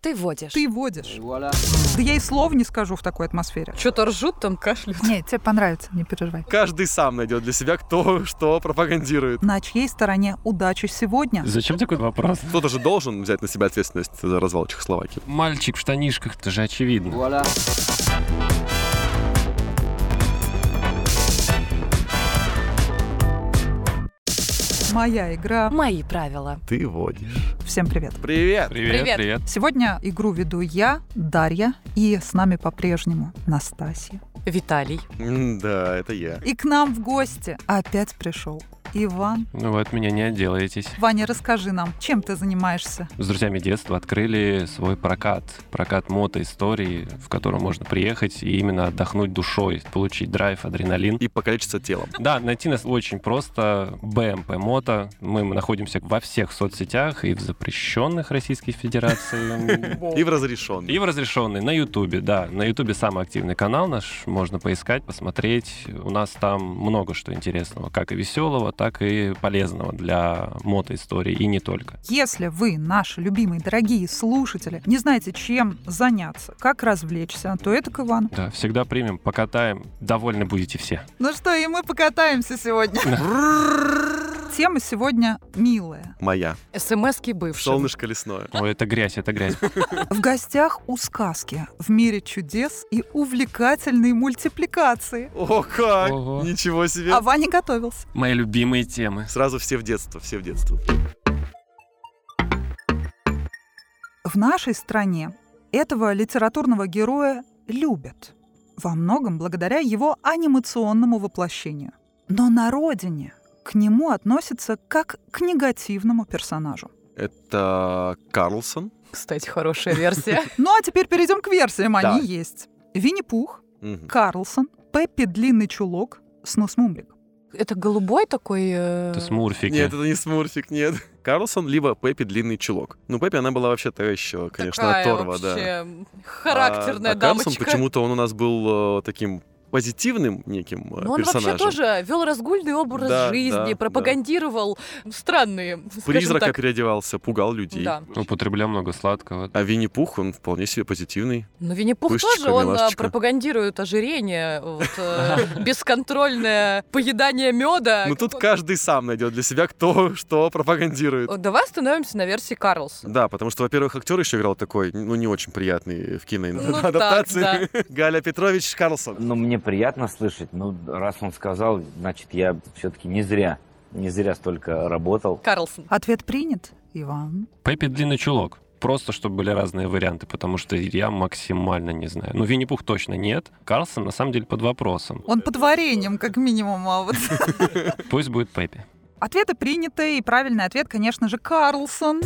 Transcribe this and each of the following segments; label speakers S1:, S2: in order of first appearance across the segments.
S1: Ты водишь.
S2: Ты водишь. Да я и слов не скажу в такой атмосфере.
S1: Что-то ржут там, кашляют.
S2: Нет, тебе понравится, не переживай.
S3: Каждый сам найдет для себя, кто что пропагандирует.
S2: На чьей стороне удача сегодня?
S4: Зачем такой вопрос?
S3: Кто-то же должен взять на себя ответственность за развал Чехословакии.
S4: Мальчик в штанишках, это же очевидно.
S2: Моя игра.
S1: Мои правила.
S3: Ты водишь.
S2: Всем привет.
S3: Привет.
S1: Привет.
S4: привет.
S2: Сегодня игру веду я, Дарья, и с нами по-прежнему Настасья.
S1: Виталий.
S3: М, Да, это я.
S2: И к нам в гости опять пришел Иван.
S4: Ну вы от меня не отделаетесь.
S2: Ваня, расскажи нам, чем ты занимаешься?
S4: С друзьями детства открыли свой прокат. Прокат мотоистории, в котором можно приехать и именно отдохнуть душой, получить драйв, адреналин.
S3: И покалечиться телом.
S4: Да, найти нас очень просто. БМП Мото. Мы находимся во всех соцсетях и в запрещенных Российской Федерации.
S3: И в разрешенном.
S4: И в разрешенный на Ютубе, да. На Ютубе самый активный канал наш. Можно поискать, посмотреть. У нас там много что интересного, как и веселого, так и полезного для мотоистории и не только.
S2: Если вы, наши любимые, дорогие слушатели, не знаете, чем заняться, как развлечься, то это к Ивану.
S4: Да, всегда примем, покатаем. Довольны будете все.
S2: Ну что, и мы покатаемся сегодня. Тема сегодня милая.
S3: Моя.
S1: СМСки бывшим.
S3: Солнышко лесное.
S4: Ой, это грязь, это грязь.
S2: В гостях у сказки в мире чудес и увлекательной мультипликации.
S3: О, как!
S4: Ого.
S3: Ничего себе!
S2: А Ваня готовился.
S4: Мои любимые темы.
S3: Сразу все в детство, все в детство.
S2: В нашей стране этого литературного героя любят. Во многом благодаря его анимационному воплощению. Но на родине к нему относятся как к негативному персонажу.
S3: Это Карлсон.
S1: Кстати, хорошая версия.
S2: Ну а теперь перейдем к версиям. Они
S3: Да.
S2: есть. Винни-Пух,
S3: Мгм.
S2: Карлсон, Пеппи Длинный Чулок, Снус Мумрик.
S1: Это голубой такой... э,
S4: Это смурфики.
S3: Нет, это не Смурфик, нет. Карлсон, либо Пеппи Длинный Чулок. Ну, Пеппи, она была вообще-то еще, конечно,
S1: такая
S3: оторва, да.
S1: вообще Характерная
S3: а, а Карлсон
S1: дамочка.
S3: почему-то он у нас был э, таким позитивным неким э,
S1: Но он
S3: персонажем.
S1: вообще тоже вел разгульный образ
S3: Да, да,
S1: жизни,
S3: да.
S1: пропагандировал странные, скажем
S3: Призрака
S1: так.
S3: переодевался, пугал людей.
S1: Да.
S4: Употреблял много сладкого.
S3: А Винни-Пух, он вполне себе позитивный.
S1: Но Винни-Пух
S3: Пышечка,
S1: тоже, он а,
S3: милашечка.
S1: пропагандирует ожирение, вот, э, бесконтрольное поедание меда.
S3: Ну тут каждый сам найдет для себя, кто что пропагандирует.
S1: Давай остановимся на версии Карлсона.
S3: Да, потому что, во-первых, актер еще играл такой, ну, не очень приятный в
S1: Ну так,
S3: киноадаптации. Галя Петрович Карлсон.
S5: Ну, мне приятно слышать. Ну, раз он сказал, значит, я все-таки не зря, не зря столько работал.
S1: Карлсон.
S2: Ответ принят, Иван.
S4: Пеппи длинный чулок. Просто, чтобы были разные варианты, потому что я максимально не знаю. Ну, Винни-Пух точно нет. Карлсон, на самом деле, под вопросом.
S2: Он под вареньем, как минимум. а вот.
S4: Пусть будет Пеппи.
S2: Ответы приняты, и правильный ответ, конечно же, Карлсон.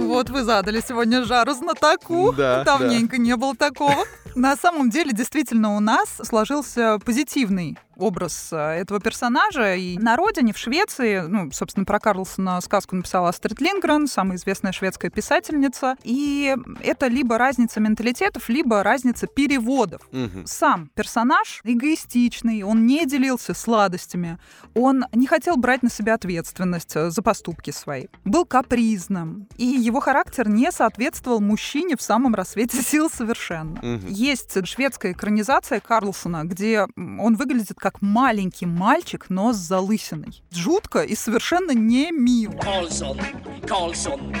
S2: Вот вы задали сегодня жару знатоку.
S3: Да,
S2: Давненько не было такого. На самом деле, действительно, у нас сложился позитивный образ э, этого персонажа. И на родине, в Швеции, ну, собственно, про Карлсона сказку написала Астрид Лингрен, самая известная шведская писательница. И это либо разница менталитетов, либо разница переводов
S3: Мгм.
S2: сам персонаж эгоистичный, он не делился сладостями, он не хотел брать на себя ответственность э, за поступки свои, был капризным, и его характер не соответствовал мужчине в самом рассвете сил совершенно.
S3: Мгм.
S2: Есть шведская экранизация Карлсона, где м, он выглядит как маленький мальчик, но с залысиной. Жутко и совершенно не мило.
S6: Karlsson, Karlsson,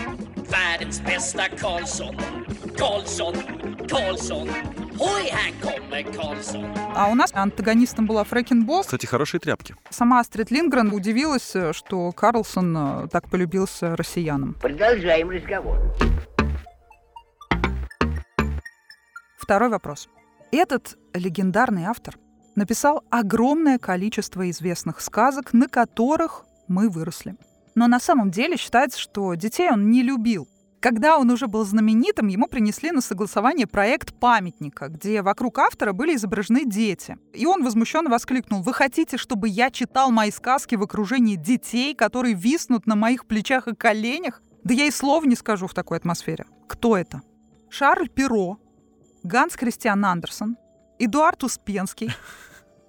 S6: världens bästa Karlsson. Karlsson, Karlsson, hoj här kommer Karlsson.
S2: А у нас антагонистом была Фрэкенбос,
S3: Кстати, хорошие тряпки.
S2: Сама Астрид Лингрен удивилась, э, что Карлсон э, так полюбился россиянам.
S7: Продолжаем разговор.
S2: Второй вопрос. Этот легендарный автор написал огромное количество известных сказок, на которых мы выросли. Но на самом деле считается, что детей он не любил. Когда он уже был знаменитым, ему принесли на согласование проект памятника, где вокруг автора были изображены дети. И он возмущенно воскликнул, «Вы хотите, чтобы я читал мои сказки в окружении детей, которые виснут на моих плечах и коленях? Да я и слов не скажу в такой атмосфере». Кто это? Шарль Перо, Ганс Кристиан Андерсон, Эдуард Успенский,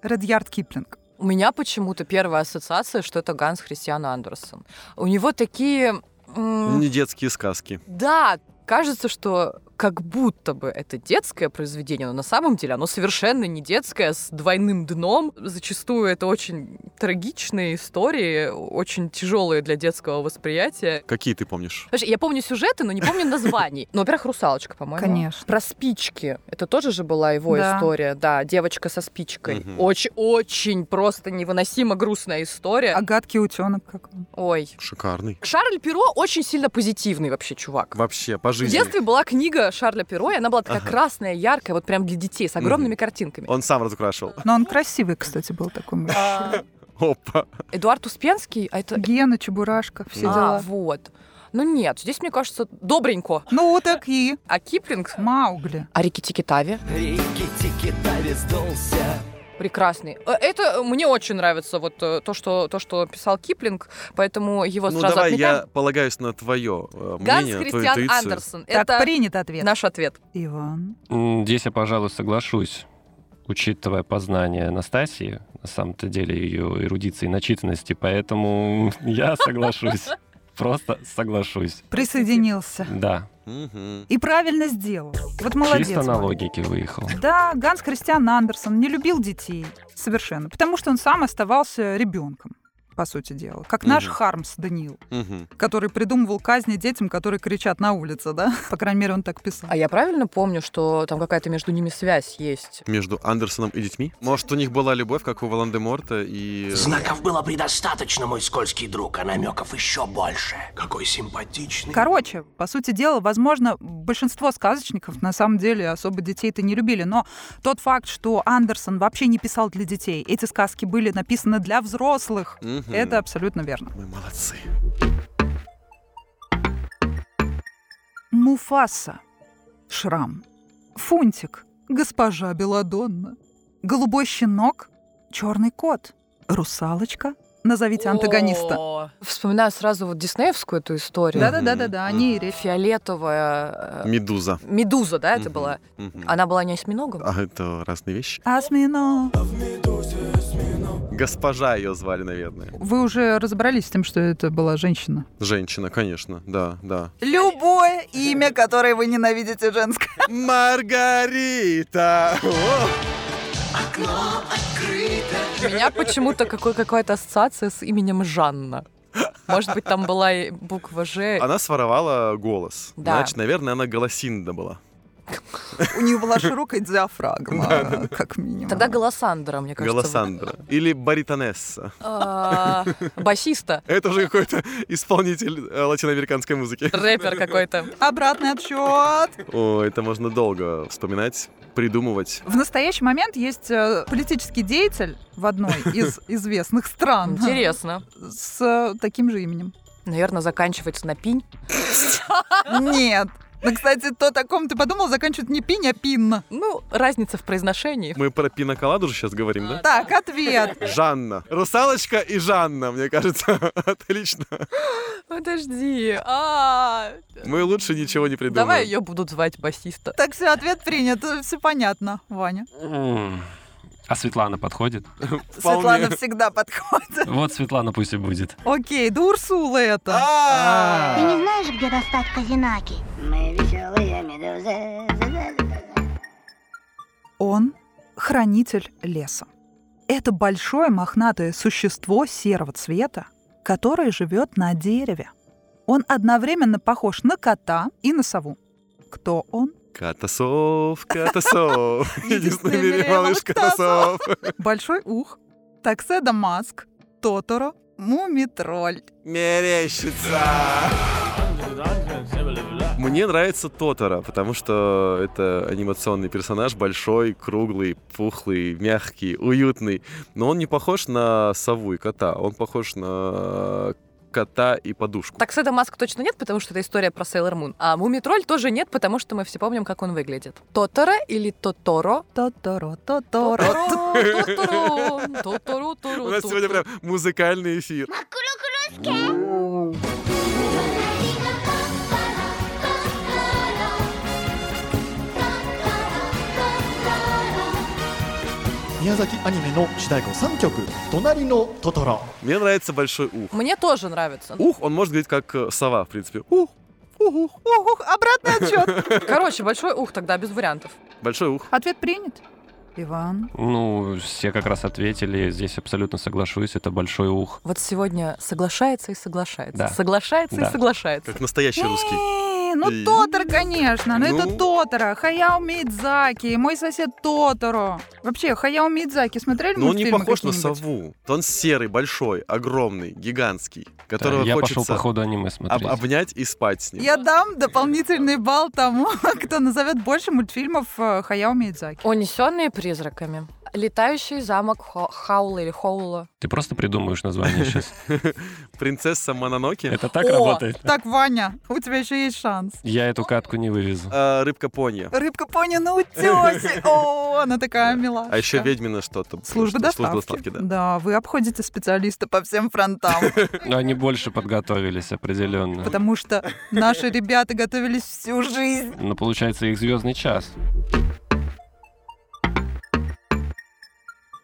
S2: Редьярд Киплинг.
S1: У меня почему-то первая ассоциация, что это Ганс Христиан Андерсон. У него такие... м,
S3: Не детские сказки.
S1: Да, кажется, что как будто бы это детское произведение, но на самом деле оно совершенно не детское, с двойным дном. Зачастую это очень трагичные истории, очень тяжелые для детского восприятия.
S3: Какие ты помнишь?
S1: Знаешь, я помню сюжеты, но не помню названий. Ну, во-первых, «Русалочка», по-моему.
S2: Конечно.
S1: Про спички. Это тоже же была его
S2: Да.
S1: история. Да, девочка со спичкой.
S3: Мгм.
S1: Очень-очень просто невыносимо грустная история.
S2: А гадкий утенок как он.
S1: Ой.
S3: Шикарный.
S1: Шарль Перо очень сильно позитивный вообще чувак.
S3: Вообще, по
S1: В
S3: жизни.
S1: детстве была книга Шарля Перо, и она была такая
S3: Ага.
S1: красная, яркая, вот прям для детей, с огромными картинками.
S3: Он сам разукрашивал.
S2: Но он красивый, кстати, был такой. мужчина.
S1: А,
S3: Опа.
S1: Эдуард Успенский, а это...
S2: Гена, Чебурашка, все
S1: А,
S2: дела.
S1: вот. Ну нет, здесь, мне кажется, добренько.
S2: Ну, такие.
S1: А Киплинг...
S2: Маугли.
S1: А Рикки Тики Тави? Прекрасный. Э, Это мне очень нравится, вот э, то, что, то, что писал Киплинг, поэтому его
S3: Ну
S1: сразу
S3: давай,
S1: отметаем.
S3: я полагаюсь на твое
S1: Ганс
S3: мнение, твою
S1: Христиан
S3: интуицию.
S1: Андерсон.
S2: Так
S1: это
S2: принят ответ.
S1: наш ответ.
S2: Иван.
S4: М, Здесь я, пожалуй, соглашусь. Учитывая познание Анастасии, на самом-то деле ее эрудиции и начитанности, поэтому я соглашусь. Просто соглашусь.
S2: Присоединился.
S4: Да,
S3: Мгм.
S2: И правильно сделал. Вот молодец.
S4: чисто на
S2: Ваня.
S4: логике выехал.
S2: Да, Ганс Христиан Андерсон не любил детей совершенно, потому что он сам оставался ребенком, по сути дела. Как наш
S3: Мгм.
S2: Хармс Даниил,
S3: Мгм.
S2: который придумывал казни детям, которые кричат на улице, да? По крайней мере, он так писал.
S1: А я правильно помню, что там какая-то между ними связь есть?
S3: Между Андерсоном и детьми? Может, у них была любовь, как у Волан-де-Морта и...
S7: Знаков было предостаточно, мой скользкий друг, а намеков еще больше. Какой симпатичный.
S2: Короче, по сути дела, возможно, большинство сказочников на самом деле особо детей-то не любили, но тот факт, что Андерсон вообще не писал для детей, эти сказки были написаны для взрослых,
S3: Мгм.
S2: это абсолютно верно.
S3: Мы молодцы.
S2: Муфаса. Шрам. Фунтик. Госпожа Беладонна. Голубой щенок. Черный кот. Русалочка. Назовите антагониста.
S1: О, Вспоминаю сразу вот диснеевскую эту историю.
S2: Да-да-да-да-да, о ней и речь.
S1: Фиолетовая э,
S3: Медуза.
S1: медуза, да, это
S3: Мгм.
S1: была?
S3: Мгм.
S1: Она была не осьминогом?
S3: А это разные вещи.
S2: Осьминог.
S3: Госпожа ее звали, наверное.
S2: Вы уже разобрались с тем, что это была женщина.
S3: Женщина, конечно. Да, да.
S2: Любое имя, которое вы ненавидите женское.
S3: Маргарита! О!
S1: У меня почему-то какой- какая-то ассоциация с именем Жанна. Может быть, там была и буква Ж.
S3: Она своровала голос.
S1: Да.
S3: Значит, наверное, она голосинда была.
S2: У нее была широкая диафрагма, как минимум.
S1: Тогда Голосандра, мне кажется.
S3: Голосандра. Или баритонесса.
S1: вот. А, Басиста.
S3: Это уже какой-то исполнитель э, латиноамериканской музыки.
S1: Рэпер какой-то.
S2: Обратный отчет.
S3: О, это можно долго вспоминать, придумывать.
S2: В настоящий момент есть э, политический деятель в одной из известных стран.
S1: Интересно.
S2: С э, таким же именем.
S1: Наверное, заканчивается на пинь.
S2: Нет. Ну, кстати, то, о ком ты подумал, заканчивает не пинь, а пин.
S1: Ну, разница в произношении.
S3: Мы про пиноколаду же сейчас говорим, да?
S2: Так, ответ.
S3: Жанна. Русалочка и Жанна, мне кажется. Отлично.
S1: Подожди. А,
S3: Мы лучше ничего не придумаем.
S1: Давай ее будут звать басиста.
S2: Так все, ответ принят, все понятно, Ваня.
S4: М. А Светлана подходит?
S3: Вполне.
S2: Светлана всегда подходит.
S4: Вот Светлана пусть и будет.
S2: Окей, да Урсула это.
S8: Ты
S3: А!
S8: не знаешь, где достать Казинаки? Мы веселые медузы.
S2: Он хранитель леса. Это большое мохнатое существо серого цвета, которое живет на дереве. Он одновременно похож на кота и на сову. Кто он?
S3: Катасов, Катасов. Единственный в мире малыш Катасов.
S2: Большой ух, такседа маск, тоторо, мумитроль.
S3: Мерещится. Мне нравится Тотора, потому что это анимационный персонаж, большой, круглый, пухлый, мягкий, уютный. Но он не похож на сову и кота, он похож на кота и подушку.
S1: Такседа Маск точно нет, потому что это история про Сейлор Мун. А Мумитроль тоже нет, потому что мы все помним, как он выглядит. Тотора или Тоторо?
S2: Тоторо, тоторо.
S1: Тоторо, Тоторо, Тоторо.
S3: У нас сегодня прям музыкальный эфир. Мне Мне нравится большой ух.
S1: Мне тоже нравится.
S3: Ух, он может говорить как э, сова, в принципе. Ух,
S2: Ух, ух, ух, обратный отчет.
S1: Короче, большой ух тогда без вариантов.
S3: Большой ух.
S2: Ответ принят. Иван.
S4: Ну, все как раз ответили, здесь абсолютно соглашусь, это большой ух.
S1: Вот сегодня соглашается и соглашается.
S4: Да.
S1: Соглашается
S4: Да.
S1: и соглашается.
S3: Как настоящий русский.
S2: Э, Ну,
S3: И-
S2: Тотор, конечно, ну, это
S3: Ну.
S2: Тотора. Хаяо Мидзаки, мой сосед Тоторо. Вообще, Хаяо Мидзаки смотрели
S3: Но Ну, он не
S2: мультфильмы
S3: похож на
S2: какие-нибудь?
S3: сову. Он серый, большой, огромный, гигантский,
S4: Да,
S3: которого
S4: я пошел
S3: хочется
S4: по ходу аниме
S3: об-
S4: смотреть.
S3: обнять и спать с ним.
S2: Я дам дополнительный балл тому, кто назовет больше мультфильмов э, Хаяо Мидзаки.
S1: Унесенные призраками. Летающий замок Хо- Хаула или Хоула.
S4: Ты просто придумываешь название сейчас.
S3: Принцесса Мононоки,
S4: Это так
S2: О,
S4: работает?
S2: Так, Ваня, у тебя еще есть шанс.
S4: Я эту катку не вывезу.
S3: а, рыбка понья.
S2: Рыбка пони на утесе. О, она такая милашка.
S3: А еще ведьмина что-то.
S2: Служба
S3: Что-
S2: доставки.
S3: да.
S2: вы обходите специалиста по всем фронтам,
S4: Но они больше подготовились, определенно.
S2: потому что наши ребята готовились всю жизнь.
S4: Но Ну, получается их звездный час.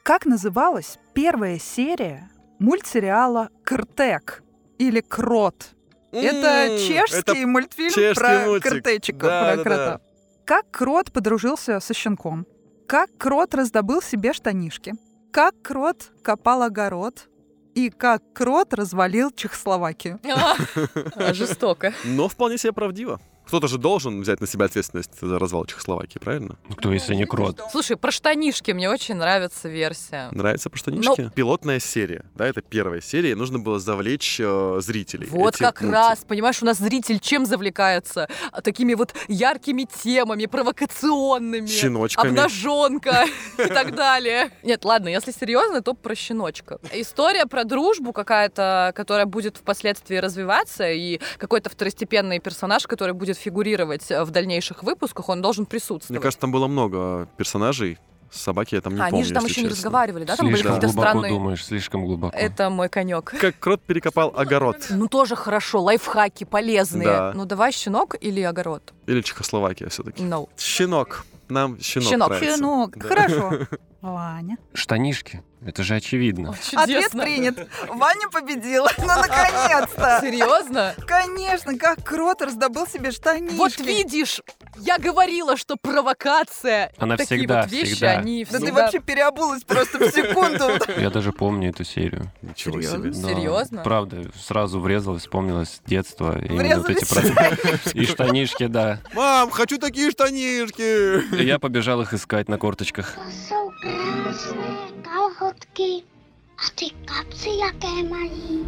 S2: Как называлась первая серия мультсериала «Кртек» или «Крот»? Это
S3: М,
S2: чешский
S3: это
S2: мультфильм
S3: чешский
S2: про
S3: мультик.
S2: кротечика,
S3: Да,
S2: про
S3: да,
S2: крота.
S3: да.
S2: Как крот подружился со щенком? Как крот раздобыл себе штанишки? Как крот копал огород? И как крот развалил Чехословакию?
S1: А, Жестоко.
S3: Но вполне себе правдиво. Кто-то же должен взять на себя ответственность за развал Чехословакии, правильно?
S4: Ну, Кто, если не крот?
S1: Слушай, про штанишки мне очень нравится версия.
S3: Нравится про штанишки? Пилотная серия, да, это первая серия, и нужно было завлечь э, зрителей.
S1: Вот
S3: этим
S1: как
S3: мультиком.
S1: раз, понимаешь, у нас зритель чем завлекается? А, Такими вот яркими темами, провокационными.
S3: Щеночками.
S1: Обнаженка и так далее. Нет, ладно, если серьезно, то про щеночка. История про дружбу какая-то, которая будет впоследствии развиваться, и какой-то второстепенный персонаж, который будет фигурировать э, в дальнейших выпусках, он должен
S3: Мне
S1: присутствовать.
S3: кажется, там было много персонажей. Собаки я там не
S1: а,
S3: помню,
S1: они же там
S3: если
S1: еще не
S3: честно.
S1: разговаривали, да? Там были
S4: Слишком
S1: какие-то
S4: глубоко
S1: странные... Э,
S4: думаешь, слишком глубоко.
S1: Это мой конек.
S3: Как крот перекопал огород.
S1: Ну тоже хорошо, лайфхаки полезные.
S3: Да.
S1: Ну давай щенок или огород? Ну,
S3: Или Чехословакия все-таки.
S1: No.
S3: Щенок. Нам щенок,
S1: Щенок.
S3: нравится.
S2: Щенок.
S3: Да.
S2: Хорошо. Ваня.
S4: Штанишки. Это же очевидно.
S2: Ответ принят. Ваня победила. Ну, наконец-то.
S1: Серьезно?
S2: Конечно, как крот раздобыл себе штанишки.
S1: Вот видишь, я говорила, что провокация.
S4: Она
S1: Такие
S4: всегда,
S1: вот вещи,
S4: всегда.
S1: они
S2: Да
S1: всегда...
S2: ты вообще переобулась просто в секунду.
S4: Я даже помню эту серию.
S3: Ничего
S2: Серьезно?
S3: себе.
S4: Да.
S1: Серьезно?
S4: Правда, сразу врезалось, вспомнилось детство. И вот эти
S2: Врезались
S4: про- И штанишки, да.
S3: Мам, хочу такие штанишки!
S4: И я побежал их искать на корточках.
S8: Jsou krásné kalhotky a ty kapsy, jaké mají.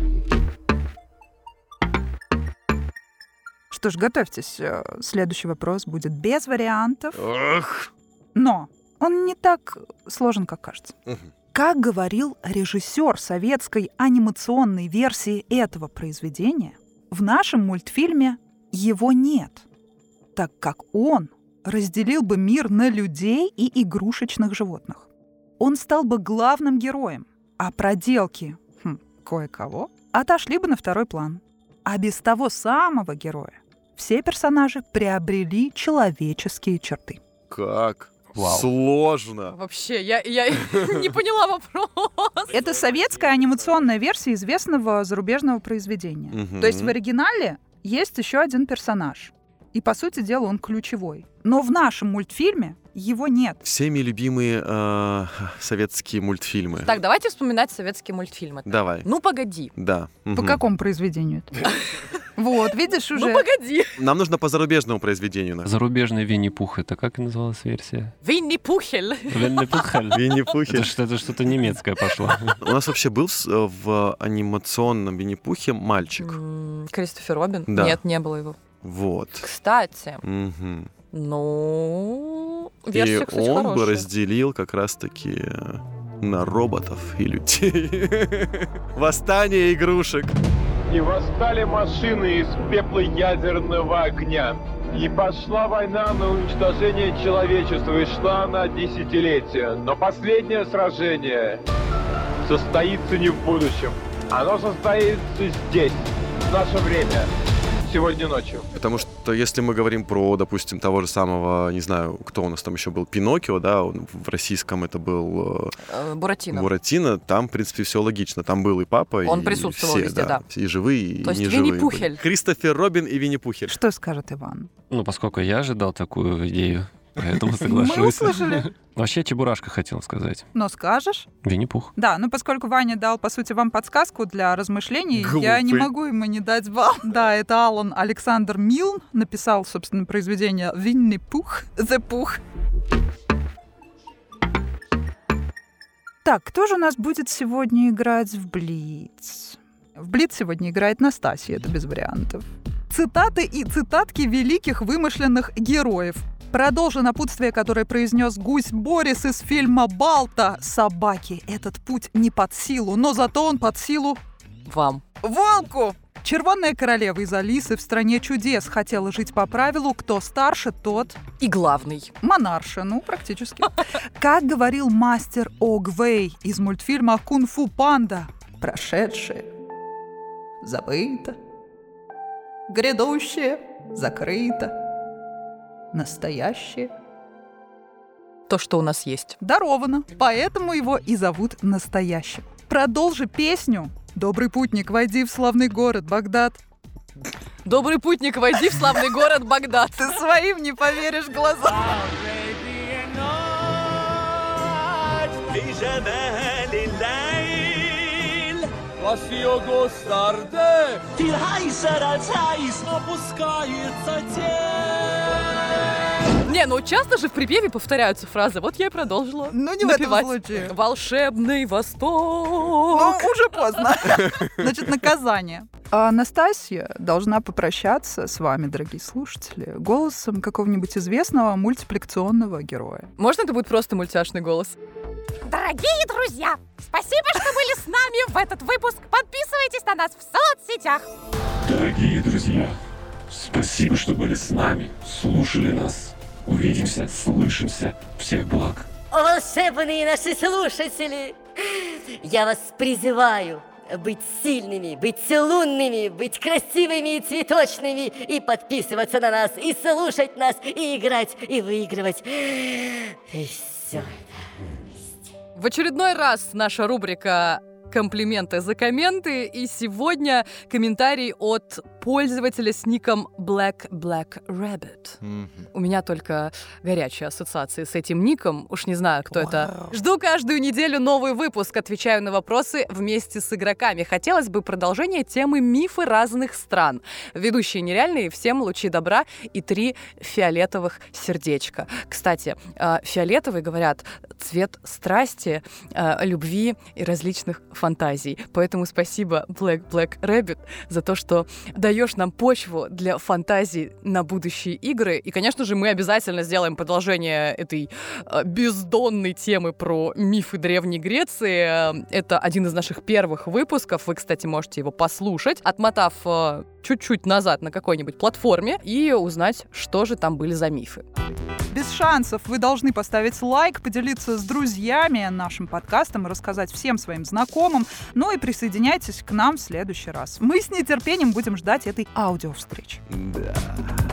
S2: Что ж, готовьтесь. э, Следующий вопрос будет без вариантов.
S3: Ох.
S2: Но он не так сложен, как кажется.
S3: Мгм.
S2: Как говорил режиссер советской анимационной версии этого произведения, в нашем мультфильме его нет, так как он разделил бы мир на людей и игрушечных животных. Он стал бы главным героем, а проделки хм, кое-кого отошли бы на второй план. А без того самого героя все персонажи приобрели человеческие черты.
S3: Как?
S4: Вау.
S3: Сложно.
S1: Вообще, я, я не поняла вопрос.
S2: Это советская анимационная версия известного зарубежного произведения.
S3: Мгм.
S2: То есть в оригинале есть еще один персонаж. И, по сути дела, он ключевой. Но в нашем мультфильме его нет.
S3: Всеми любимые э, советские мультфильмы.
S1: Так, давайте вспоминать советские мультфильмы.
S3: Давай.
S1: Ну погоди.
S3: Да.
S2: По
S3: Мгм.
S2: какому произведению это? Вот, видишь,
S1: Ну
S2: уже...
S1: погоди.
S3: Нам нужно по зарубежному произведению. на-
S4: Зарубежный Винни-Пух, это как называлась версия?
S1: Винни Пухель.
S4: Винни-Пух.
S3: Винни-Пухи.
S4: Это что- это что-то немецкое пошло.
S3: У нас вообще был с- э, в анимационном Винни-Пухе мальчик.
S1: М, Кристофер Робин?
S3: Да.
S1: Нет, не было его.
S3: Вот.
S1: Кстати,
S3: Мгм.
S1: ну...
S3: И
S1: Версия, кстати,
S3: он бы
S1: хорошая.
S3: разделил как раз-таки э, на роботов и людей. Восстание игрушек.
S9: И восстали машины из пепла ядерного огня. И пошла война на уничтожение человечества, и шла она десятилетия. Но последнее сражение состоится не в будущем. Оно состоится здесь, в наше время. сегодня ночью.
S3: Потому что если мы говорим про, допустим, того же самого, не знаю, кто у нас там еще был, Пиноккио, да, он в российском это был э,
S1: Э, Буратино.
S3: Буратино, там, в принципе, все логично. Там был и папа,
S1: Он
S3: и
S1: присутствовал
S3: все,
S1: везде, да.
S3: И живые, и
S1: То есть
S3: неживые
S1: Винни-Пухель.
S3: были. Кристофер Робин и Винни-Пухель.
S2: Что скажет Иван?
S4: Ну, поскольку я ожидал такую идею, поэтому соглашусь.
S2: Мы услышали.
S4: Вообще Чебурашка хотел сказать.
S2: Но скажешь?
S4: Винни-Пух.
S2: Да, ну поскольку Ваня дал, по сути, вам подсказку для размышлений, я
S3: Глупый.
S2: не могу ему не дать балл. Да, это Алан Александр Милн написал, собственно, произведение «Винни-Пух», «The Пух». Так, кто же у нас будет сегодня играть в Блиц? В Блиц сегодня играет Настасья, это без вариантов. Цитаты и цитатки великих вымышленных героев. Продолжу напутствие, которое произнес гусь Борис из фильма «Балта». Собаки этот путь не под силу, но зато он под силу
S1: Вам.
S2: волку. Червонная королева из Алисы в «Стране чудес» хотела жить по правилу «кто старше, тот
S1: И главный.
S2: монарша», ну, практически. Как говорил мастер Огвей из мультфильма «Кунг-фу панда», прошедшее забыто, грядущее закрыто, настоящее
S1: То, что у нас есть.
S2: даровано, поэтому его и зовут настоящим. Продолжи песню «Добрый путник, войди в славный город Багдад».
S1: Добрый путник, войди в славный город Багдад.
S2: Ты своим не поверишь глазам.
S1: Не, ну часто же в припеве повторяются фразы. Вот я и продолжила.
S2: Ну, не в этом
S1: напевать.
S2: случае.
S1: Волшебный
S2: Ну,
S1: Восток.
S2: уже поздно. Значит, наказание. А Анастасия должна попрощаться с вами, дорогие слушатели, голосом какого-нибудь известного мультипликационного героя.
S1: Можно это будет просто мультяшный голос?
S10: Дорогие друзья, спасибо, что были с нами в этот выпуск. Подписывайтесь на нас в соцсетях.
S11: Дорогие друзья, спасибо, что были с нами, слушали нас. Увидимся, слышимся. Всех благ.
S10: Волшебные наши слушатели, я вас призываю быть сильными, быть лунными, быть красивыми и цветочными, и подписываться на нас, и слушать нас, и играть, и выигрывать. И все.
S1: В очередной раз наша рубрика «Комплименты за комменты» и сегодня комментарий от пользователя с ником Black Black Rabbit. У меня только горячие ассоциации с этим ником, уж не знаю, кто это. Жду каждую неделю новый выпуск, отвечаю на вопросы вместе с игроками. Хотелось бы продолжение темы «Мифы разных стран». Ведущие нереальные, всем лучи добра и три фиолетовых сердечка. Кстати, э, фиолетовый, говорят, цвет страсти, э, любви и различных фантазий. Поэтому спасибо Black Black Rabbit за то, что даешь нам почву для фантазий на будущие игры. И, конечно же, мы обязательно сделаем продолжение этой э, бездонной темы про мифы Древней Греции. Э, Это один из наших первых выпусков. Вы, кстати, можете его послушать, отмотав э, чуть-чуть назад на какой-нибудь платформе и узнать, что же там были за мифы.
S2: Без шансов вы должны поставить лайк, поделиться с друзьями нашим подкастом и рассказать всем своим знакомым. Ну и присоединяйтесь к нам в следующий раз. Мы с нетерпением будем ждать этой аудиовстречи.
S3: Да.